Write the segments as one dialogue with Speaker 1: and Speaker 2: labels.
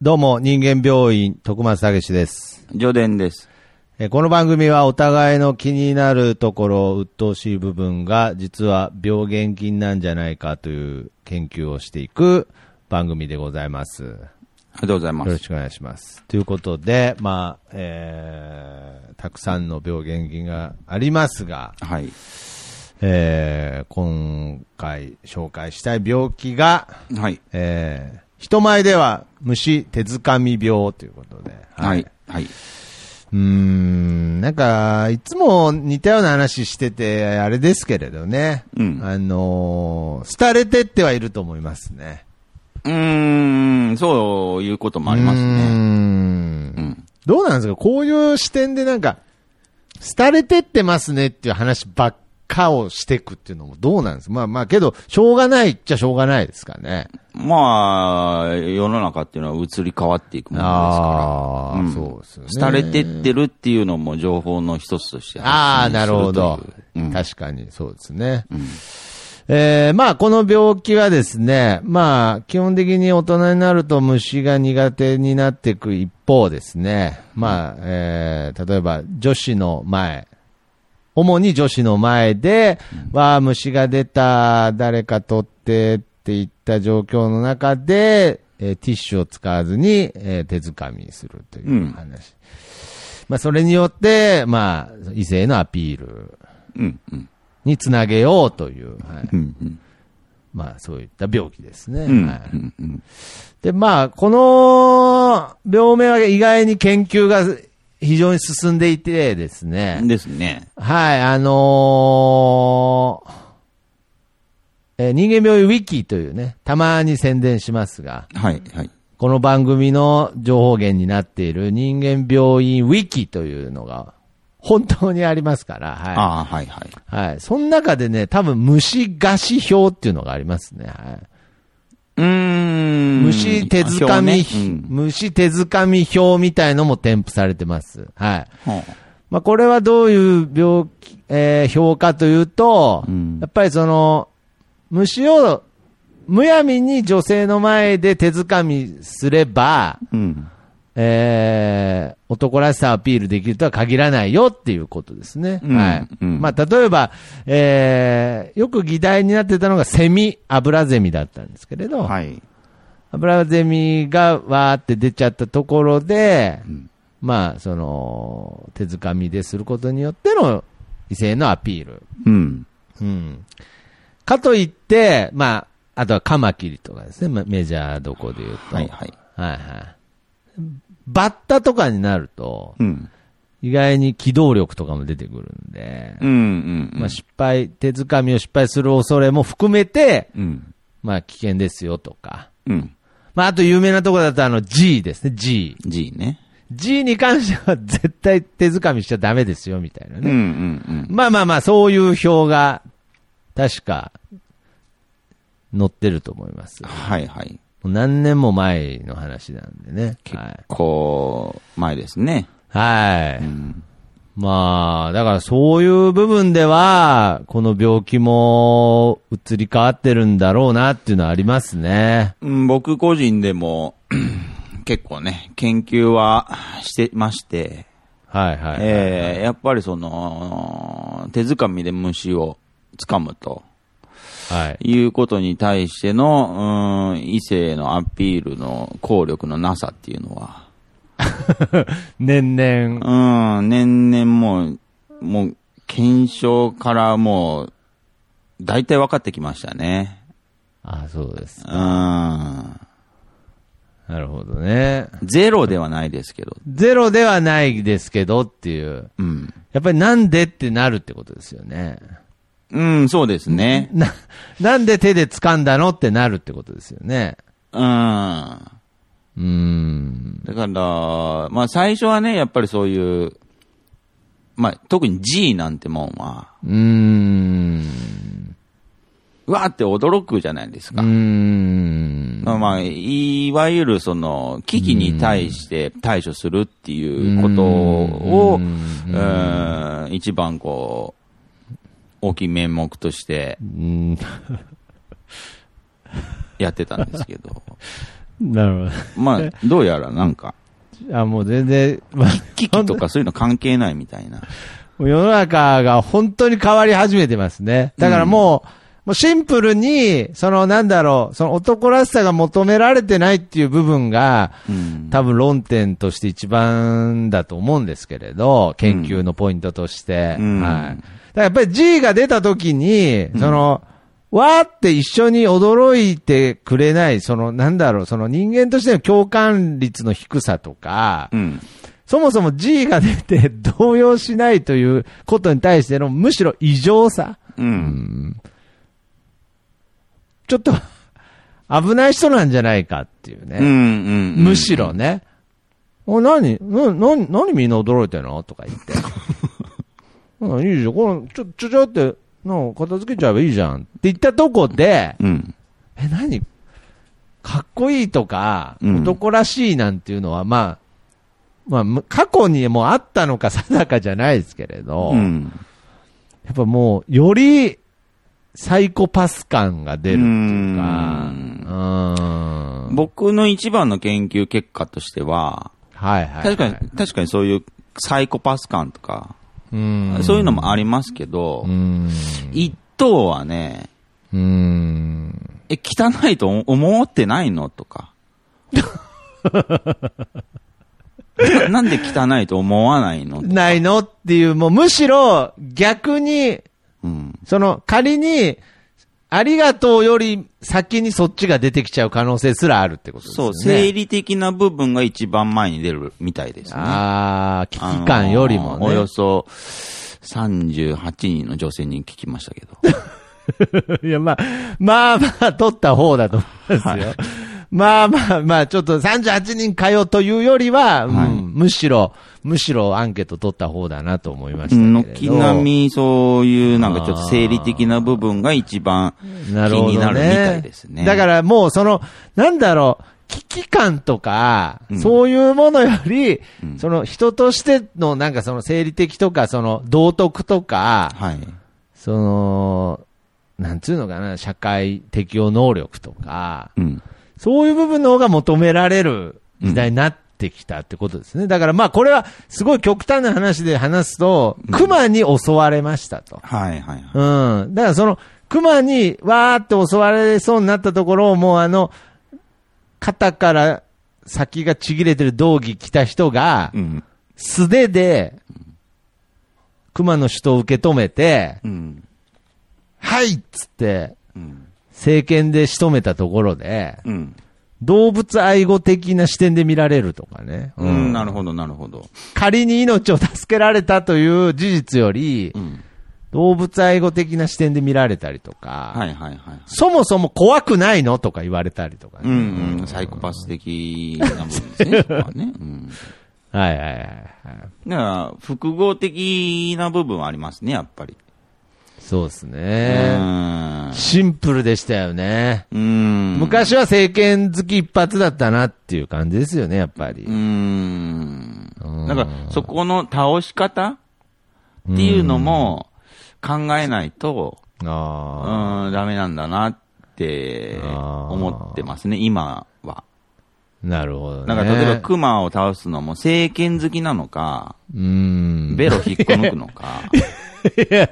Speaker 1: どうも、人間病院、徳松たけしです。
Speaker 2: 上田です。
Speaker 1: えーこの番組はお互いの気になるところ、鬱陶しい部分が、実は病原菌なんじゃないかという研究をしていく番組でございます。よ
Speaker 2: ありがとうございま
Speaker 1: ろ
Speaker 2: す。
Speaker 1: しくお願いします。ということで、まあ、えー、たくさんの病原菌がありますが、
Speaker 2: はい。
Speaker 1: えー、今回紹介したい病気が、
Speaker 2: はい。
Speaker 1: えー、人前では虫手づかみ病ということで。
Speaker 2: はい。はい。
Speaker 1: うーん、なんか、いつも似たような話してて、あれですけれどね。
Speaker 2: うん
Speaker 1: あのー廃れてってはいると思いますね。
Speaker 2: うーん、そういうこともありま
Speaker 1: う
Speaker 2: す
Speaker 1: ー
Speaker 2: ね。
Speaker 1: ん
Speaker 2: うん。
Speaker 1: どうなんですかこういう視点でなんか、廃れてってますねっていう話ばっかをしてくっていうのもどうなんですかまあまあけど、しょうがないっちゃしょうがないですかね。
Speaker 2: まあ、世の中っていうのは移り変わっていくものですから。
Speaker 1: ああ、
Speaker 2: ん
Speaker 1: そうですよね。
Speaker 2: 廃れてってるっていうのも情報の一つとして
Speaker 1: ああ、
Speaker 2: 発信
Speaker 1: なるほど
Speaker 2: するといううん。
Speaker 1: 確かに、そうですね。えーまあ、この病気はですね、まあ、基本的に大人になると虫が苦手になっていく一方ですね、まあ、えー例えば女子の前、主に女子の前で、わあ、虫が出た、誰か取ってっていった状況の中で、えーティッシュを使わずに、えー手づかみするという話。まあ、それによって、まあ、異性へのアピール
Speaker 2: うん。うん。
Speaker 1: につなげようという、はい
Speaker 2: うん。うん。
Speaker 1: まあ、そういった病気ですね。
Speaker 2: うん
Speaker 1: はい
Speaker 2: うんうん。
Speaker 1: で、まあ、この病名は意外に研究が非常に進んでいてですね。
Speaker 2: ですね。
Speaker 1: はい、あのーえー人間病院ウィキというね、たまに宣伝しますが、
Speaker 2: はい。はい。
Speaker 1: この番組の情報源になっている人間病院ウィキというのが本当にありますから、は
Speaker 2: ああ、はい。はい。
Speaker 1: い。はい。その中でね、多分虫餓死表っていうのがありますね。は
Speaker 2: うー
Speaker 1: い、
Speaker 2: ん。
Speaker 1: 虫手づかみ、
Speaker 2: 表ねうん
Speaker 1: 虫手づかみ表みたいのも添付されてます。はい。
Speaker 2: は
Speaker 1: まあ、これはどういう病気、えー評価というと、
Speaker 2: うん
Speaker 1: やっぱりその、虫をむやみに女性の前で手づかみすれば、
Speaker 2: あうん。
Speaker 1: えー男らしさをアピールできるとは限らないよっていうことですね。
Speaker 2: うん
Speaker 1: はい。
Speaker 2: うん
Speaker 1: まあ、例えば、えーよく議題になってたのがセミ、アブラゼミだったんですけれど、
Speaker 2: はい。
Speaker 1: アブラゼミがわーって出ちゃったところで、
Speaker 2: ん
Speaker 1: まあ、その、手づかみですることによっての異性のアピール。
Speaker 2: うん。
Speaker 1: うん。かといって、まあ、あとはカマキリとかですね、まメジャーどこで言うと。
Speaker 2: はい。はい。
Speaker 1: はいはい。バッタとかになると、
Speaker 2: うん。
Speaker 1: 意外に機動力とかも出てくるんで、
Speaker 2: うん。うん。うん
Speaker 1: まあ、失敗、手づかみを失敗する恐れも含めて、
Speaker 2: うん。
Speaker 1: まあ、危険ですよとか。
Speaker 2: うん。
Speaker 1: まあ、あと有名なとこだとあの G ですね、G。
Speaker 2: G ね。
Speaker 1: G に関しては絶対手づかみしちゃダメですよ、みたいな
Speaker 2: うんう
Speaker 1: ね。
Speaker 2: ん
Speaker 1: まあまあまあ、そういう表が、確か、載ってると思います。
Speaker 2: うん。
Speaker 1: も
Speaker 2: はいはい。
Speaker 1: う何年も前の話なんでね。
Speaker 2: 結
Speaker 1: はい。
Speaker 2: 構、前ですね。
Speaker 1: はい。
Speaker 2: うん。
Speaker 1: まあ、だからそういう部分では、この病気も移り変わってるんだろうなっていうのはありますね。
Speaker 2: うん僕個人でも、 結構ね、研究はしてまして、
Speaker 1: はいはい、はい
Speaker 2: えーやっぱりその、手づかみで虫を掴むと
Speaker 1: はい。
Speaker 2: いうことに対しての、うん、異性のアピールの効力のなさっていうのは、
Speaker 1: 年々。
Speaker 2: うん、年々もう、もう、検証からもう、大体分かってきましたね。
Speaker 1: あそうです。
Speaker 2: うん。
Speaker 1: なるほどね。
Speaker 2: ゼロではないですけど。
Speaker 1: ゼロではないですけどっていう。
Speaker 2: うん。
Speaker 1: やっぱりなんでってなるってことですよね。
Speaker 2: うん、そうですね。
Speaker 1: な、なんで手で掴んだのってなるってことですよね。
Speaker 2: うん。だ
Speaker 1: うーん。
Speaker 2: から、まあ最初はね、やっぱりそういう、まあ特に G なんてもんは、
Speaker 1: うーん。
Speaker 2: うわーって驚くじゃないです
Speaker 1: うー
Speaker 2: か。
Speaker 1: ん。
Speaker 2: まあ、いわゆるその、危機に対して対処するっていうことを、うん一番こう、大きい面目として
Speaker 1: うーん
Speaker 2: やってたんですけど。
Speaker 1: なる
Speaker 2: まあ、どうやらなんか、
Speaker 1: ほど。あ、もう全然、 まあ、
Speaker 2: 危機とかそういうの関係ないみたいな。
Speaker 1: もう世の中が本当に変わり始めてますね。だからもう、もうシンプルに、そのなんだろう、その男らしさが求められてないっていう部分が、
Speaker 2: うん。
Speaker 1: 多分論点として一番だと思うんですけれど、研究のポイントとして。
Speaker 2: うん
Speaker 1: はい。だからやっぱり G が出た時に、その、わーって一緒に驚いてくれない、そのなんだろう、その人間としての共感率の低さとか、
Speaker 2: うん。
Speaker 1: そもそも G が出て動揺しないということに対してのむしろ異常さ。
Speaker 2: うん。
Speaker 1: ちょっと危ない人なんじゃないかっていう
Speaker 2: うん。う
Speaker 1: ね。
Speaker 2: ん。
Speaker 1: むしろね。お、何な、な、何みんな驚いてんのとか言って。 うんいいじゃん。これ、ちょ、ちょ、ちょって、なんか片付けちゃえばいいじゃん。って言ったとこで、
Speaker 2: うん。
Speaker 1: え、何かっこいいとか、
Speaker 2: うん
Speaker 1: 男らしいなんていうのは、まあ、まあむ、過去にもあったのか定かじゃないですけれど、
Speaker 2: うん。
Speaker 1: やっぱもう、より、サイコパス感が出るっていうか、うーん。
Speaker 2: 僕の一番の研究結果としては、
Speaker 1: はいはい、
Speaker 2: 確かに、確かにそういうサイコパス感とか、
Speaker 1: に
Speaker 2: そういうのもありますけど
Speaker 1: う、ん。
Speaker 2: 一等はね、
Speaker 1: うん。
Speaker 2: え、汚いと思思ってないのとか。 ななんで汚いと思わないの
Speaker 1: ないのっていう、もうむしろ逆に、
Speaker 2: うん。
Speaker 1: その仮に、ありがとうより先にそっちが出てきちゃう可能性すらあるってことです
Speaker 2: そ
Speaker 1: よ
Speaker 2: う、
Speaker 1: ね。
Speaker 2: 生理的な部分が一番前に出るみたいですね。
Speaker 1: ああ、危機感よりも
Speaker 2: あ
Speaker 1: ね。
Speaker 2: のーおよそ38人の女性に聞きましたけど。
Speaker 1: いや、まあ、まあまあ、取った方だと思いますよ。まあまあまあ、ちょっと38人かよというよりは、うん
Speaker 2: はい
Speaker 1: むしろ、むしろアンケート取った方だなと思いましたけれど。
Speaker 2: 軒並み、そういう、なんかちょっと生理的な部分が一番気
Speaker 1: なるほどね
Speaker 2: になるみたいですね。
Speaker 1: だからもうその、なんだろう、危機感とか、
Speaker 2: うん
Speaker 1: そういうものより、その人としてのなんかその生理的とか、その道徳とか、
Speaker 2: はい。
Speaker 1: その、なんつうのかな、社会適応能力とか、
Speaker 2: うん。
Speaker 1: そういう部分の方が求められる時代になってきたってことですね。だからまあこれはすごい極端な話で話すと、熊に襲われましたと。
Speaker 2: はいはいはい。
Speaker 1: うん。だからその、熊にわーって襲われそうになったところをもうあの、肩から先がちぎれてる道着着た人が
Speaker 2: う、ん。
Speaker 1: 素手で、熊の首都を受け止めて、
Speaker 2: うん。
Speaker 1: はいっつって、
Speaker 2: うん。
Speaker 1: 政権で仕留めたところで、
Speaker 2: うん。
Speaker 1: 動物愛護的な視点で見られるとかね。
Speaker 2: うん、なるほど、なるほど。
Speaker 1: 仮に命を助けられたという事実より、
Speaker 2: うん。
Speaker 1: 動物愛護的な視点で見られたりとか、
Speaker 2: はいはいはい。
Speaker 1: そもそも怖くないのとか言われたりとか
Speaker 2: う
Speaker 1: ね。
Speaker 2: ん、うん、サイコパス的な部分ですね、そこはね。うん。
Speaker 1: はいはいはいはい。
Speaker 2: だから、複合的な部分はありますね、やっぱり。
Speaker 1: そうです
Speaker 2: う
Speaker 1: ね。
Speaker 2: ん。
Speaker 1: シンプルでしたよね。
Speaker 2: うん。
Speaker 1: 昔は政権好き一発だったなっていう感じですよね、やっぱり
Speaker 2: う。ん。
Speaker 1: うん
Speaker 2: だから、そこの倒し方っていうのも考えないと、う
Speaker 1: あ
Speaker 2: ん、ダメなんだなって
Speaker 1: あー
Speaker 2: 思ってますね、今は。
Speaker 1: あ、なるほどね。
Speaker 2: なんか、例えば、熊を倒すのも、政権好きなのか、
Speaker 1: うん。
Speaker 2: ベロ引っこ抜くの か。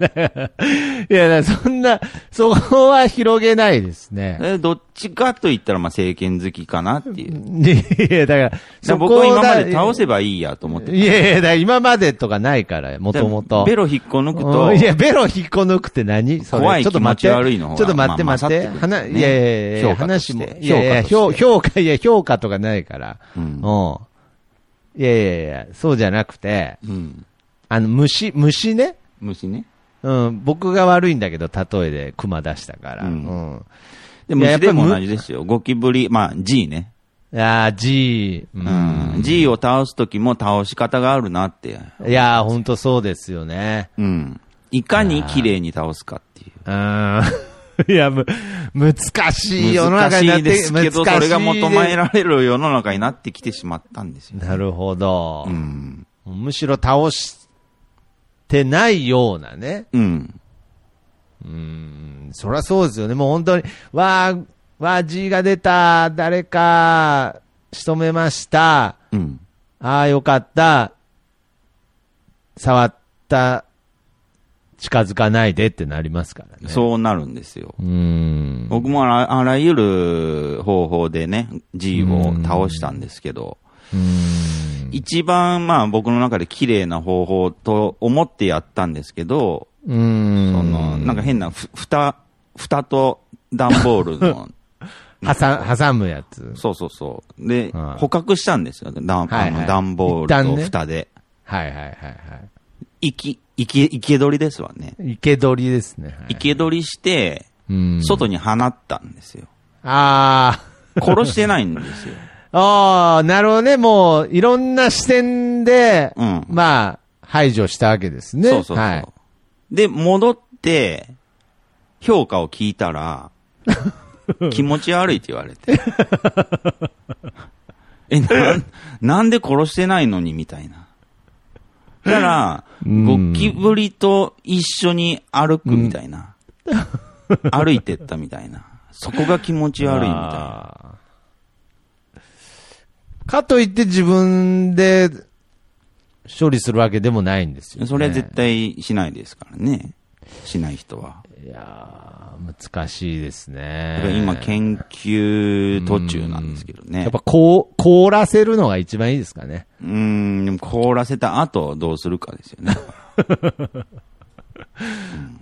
Speaker 1: いや、だからそんな、そこは広げないですね。
Speaker 2: えどっちかと言ったら、まあ、政権好きかなっていう。だ か
Speaker 1: いや、だから、
Speaker 2: ら
Speaker 1: そこ
Speaker 2: 僕は今まで倒
Speaker 1: す。
Speaker 2: せばいいやと思って。
Speaker 1: いやいや、だから今までとかないから、もともと。
Speaker 2: ベロ引っこ抜くと
Speaker 1: うんい、や、ベロ引っこ抜くって何それ
Speaker 2: 怖い
Speaker 1: ちょっと待って
Speaker 2: 気持ち悪いの方が
Speaker 1: ちょっと待って
Speaker 2: まあ
Speaker 1: 待って。
Speaker 2: 勝ってくるんだ
Speaker 1: 話
Speaker 2: よね
Speaker 1: いやいやいやいや、話も。いやいや、
Speaker 2: 評価として評
Speaker 1: 評
Speaker 2: 価と
Speaker 1: 評
Speaker 2: して
Speaker 1: 価、いや、評価とかないから。
Speaker 2: うん
Speaker 1: うん。いやいやいや、そうじゃなくて、
Speaker 2: うん。
Speaker 1: あの、虫、虫ね。
Speaker 2: 虫ね。
Speaker 1: うん、僕が悪いんだけど、例えで熊出したから。
Speaker 2: う
Speaker 1: うんん。
Speaker 2: で、
Speaker 1: いややっぱ
Speaker 2: 虫で
Speaker 1: り
Speaker 2: も同じですよ。ゴキブリ、まあ、G ね。
Speaker 1: ああ、G。う。
Speaker 2: うんん。G を倒すときも倒し方があるなって。
Speaker 1: いやー、ほんとそうですよね。
Speaker 2: うん。いかに綺麗に倒すかっていう。
Speaker 1: うん。 いや、む、難しい世の
Speaker 2: 難
Speaker 1: 中
Speaker 2: し
Speaker 1: になっ
Speaker 2: い
Speaker 1: て
Speaker 2: ですけど、それが求
Speaker 1: 難しい
Speaker 2: められる世の中になってきてしまったんですよ。
Speaker 1: なるほど
Speaker 2: う。ん。
Speaker 1: むしろ倒してないようなね。
Speaker 2: うん。
Speaker 1: うんそりゃそうですよね。もう本当に、わー、わあ、G が出た。誰か、仕留めました。
Speaker 2: うん。
Speaker 1: ああ、よかった。触った。近づかないでってなりますからね。
Speaker 2: そうなるんですよ。
Speaker 1: う。うん。
Speaker 2: 僕もあらあらゆる方法でね、G を倒したんですけど、
Speaker 1: うん。
Speaker 2: 一番まあ僕の中で綺麗な方法と思ってやったんですけど、
Speaker 1: うん。
Speaker 2: その、なんか変なふ、蓋、蓋と段ボール の、
Speaker 1: 挟挟むやつ。
Speaker 2: そうそうそう。で、
Speaker 1: はい
Speaker 2: 捕獲したんですよ。段、
Speaker 1: はいはい
Speaker 2: あの段ボ
Speaker 1: 一
Speaker 2: ール
Speaker 1: 旦
Speaker 2: と
Speaker 1: ね
Speaker 2: 蓋で。
Speaker 1: はいはいはいは
Speaker 2: 生き、生き、生け捕りですわね。
Speaker 1: い。生け捕りですね。はい
Speaker 2: 生け捕りして、
Speaker 1: うん。
Speaker 2: 外に放ったんですよ。
Speaker 1: ああ。
Speaker 2: 殺してないんですよ。
Speaker 1: ああ、なるほどね。もう、いろんな視点で、
Speaker 2: うん
Speaker 1: まあ、排除したわけですね。
Speaker 2: そうそうそう。
Speaker 1: はい。
Speaker 2: で、戻って、評価を聞いた ら、気持ち悪いって言われて。 え、なん、なんで殺してないのにみたいな。だから、
Speaker 1: ん
Speaker 2: ゴキブリと一緒に歩くみたいな。歩いてったみたいな。そこが気持ち悪いみたいな。
Speaker 1: あーかといって自分で処理するわけでもないんですよ、ね。
Speaker 2: それは絶対しないですからね。しない人は。
Speaker 1: いやー難しいです
Speaker 2: だ
Speaker 1: ね
Speaker 2: から。今研究途中なんですけどね。
Speaker 1: やっぱこう、凍らせるのが一番いいですかね。
Speaker 2: うーん、でも凍らせた後どうするかですよね。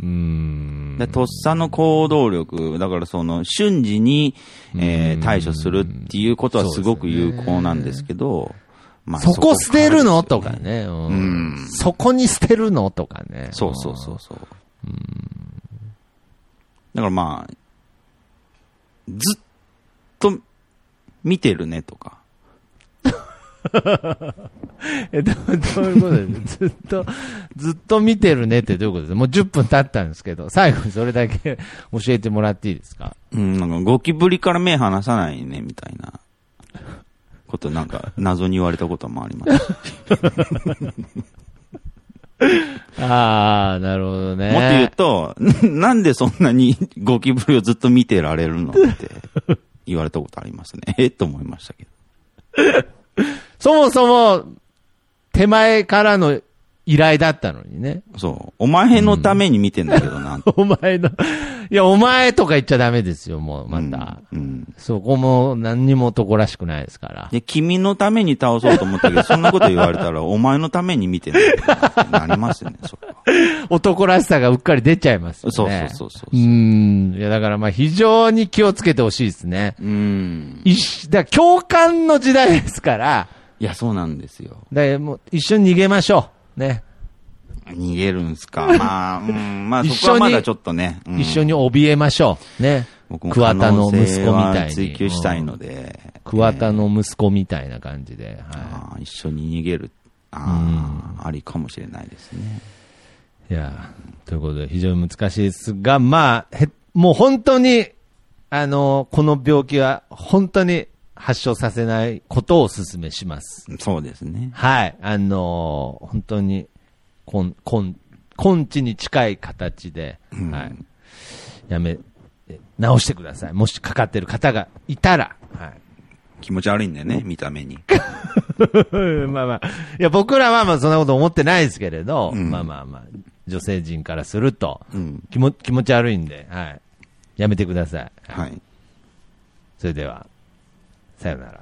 Speaker 1: うーん。
Speaker 2: でとっさの行動力、だからその瞬時に、えー対処するっていうことはすごく有効なんですけど、まあ
Speaker 1: そこ捨てるのと
Speaker 2: か
Speaker 1: から
Speaker 2: ですよね
Speaker 1: ね、うん
Speaker 2: うん
Speaker 1: そこに捨てるのとかね。
Speaker 2: そうそうそうそう。だからまあ、ずっと見てるねとか。
Speaker 1: え、どう どういうことですずっと、ずっと見てるねってどういうことですもう10分経ったんですけど、最後にそれだけ教えてもらっていいですか
Speaker 2: うん、なんかゴキブリから目離さないねみたいなことなんか謎に言われたこともあります。
Speaker 1: ああ、なるほどね。
Speaker 2: もっと言うと、 なんでそんなにゴキブリをずっと見てられるのって言われたことありますね。 えっと思いましたけど。
Speaker 1: そもそも、手前からの依頼だったのにね。
Speaker 2: そう。お前のために見てんだけどな。
Speaker 1: お前の、いや、お前とか言っちゃダメですよ、もう、また。
Speaker 2: うん。うん
Speaker 1: そこも何にも男らしくないですから。
Speaker 2: で君のために倒そうと思ったけど、そんなこと言われたら、お前のために見てんだけどなってなりますよね、それは。
Speaker 1: 男らしさがうっかり出ちゃいますよ
Speaker 2: そう
Speaker 1: ね。
Speaker 2: そうそうそ
Speaker 1: う。
Speaker 2: う
Speaker 1: ん。いや、だからまあ非常に気をつけてほしいですね。
Speaker 2: うん。
Speaker 1: 一緒だから共感の時代ですから、
Speaker 2: いや、そうなんですよ。
Speaker 1: だからもう一緒に逃げましょう。ね。
Speaker 2: 逃げるんすか。まあ、うん。まあ、そこはまだちょっとね。うん
Speaker 1: 一緒に怯えましょう。ね。
Speaker 2: 僕も
Speaker 1: 桑
Speaker 2: 可
Speaker 1: 田の
Speaker 2: 能
Speaker 1: 息子
Speaker 2: 性
Speaker 1: み
Speaker 2: は
Speaker 1: たいに
Speaker 2: 追求したいので。
Speaker 1: 桑田の息子みたいな感じで。は
Speaker 2: あー一緒に逃げる。ああ、ありかもしれないですね。
Speaker 1: い。いや、ということで非常に難しいですが、まあ、へもう本当に、あの、この病気は本当に発症させないことをお勧めします。
Speaker 2: そうですね。
Speaker 1: はい。あのー本当に、こん、こん、根治に近い形で、はい。やめ、え直してください。もしかかってる方がいたら、はい。
Speaker 2: 気持ち悪いんだよね、見た目に。
Speaker 1: まあまあ、いや、僕らはまあそんなこと思ってないですけれど、
Speaker 2: うん
Speaker 1: まあまあまあ、女性陣からすると、
Speaker 2: うん。
Speaker 1: 気も気持ち悪いんで、はい。やめてください。
Speaker 2: はい。
Speaker 1: それでは、さよなら。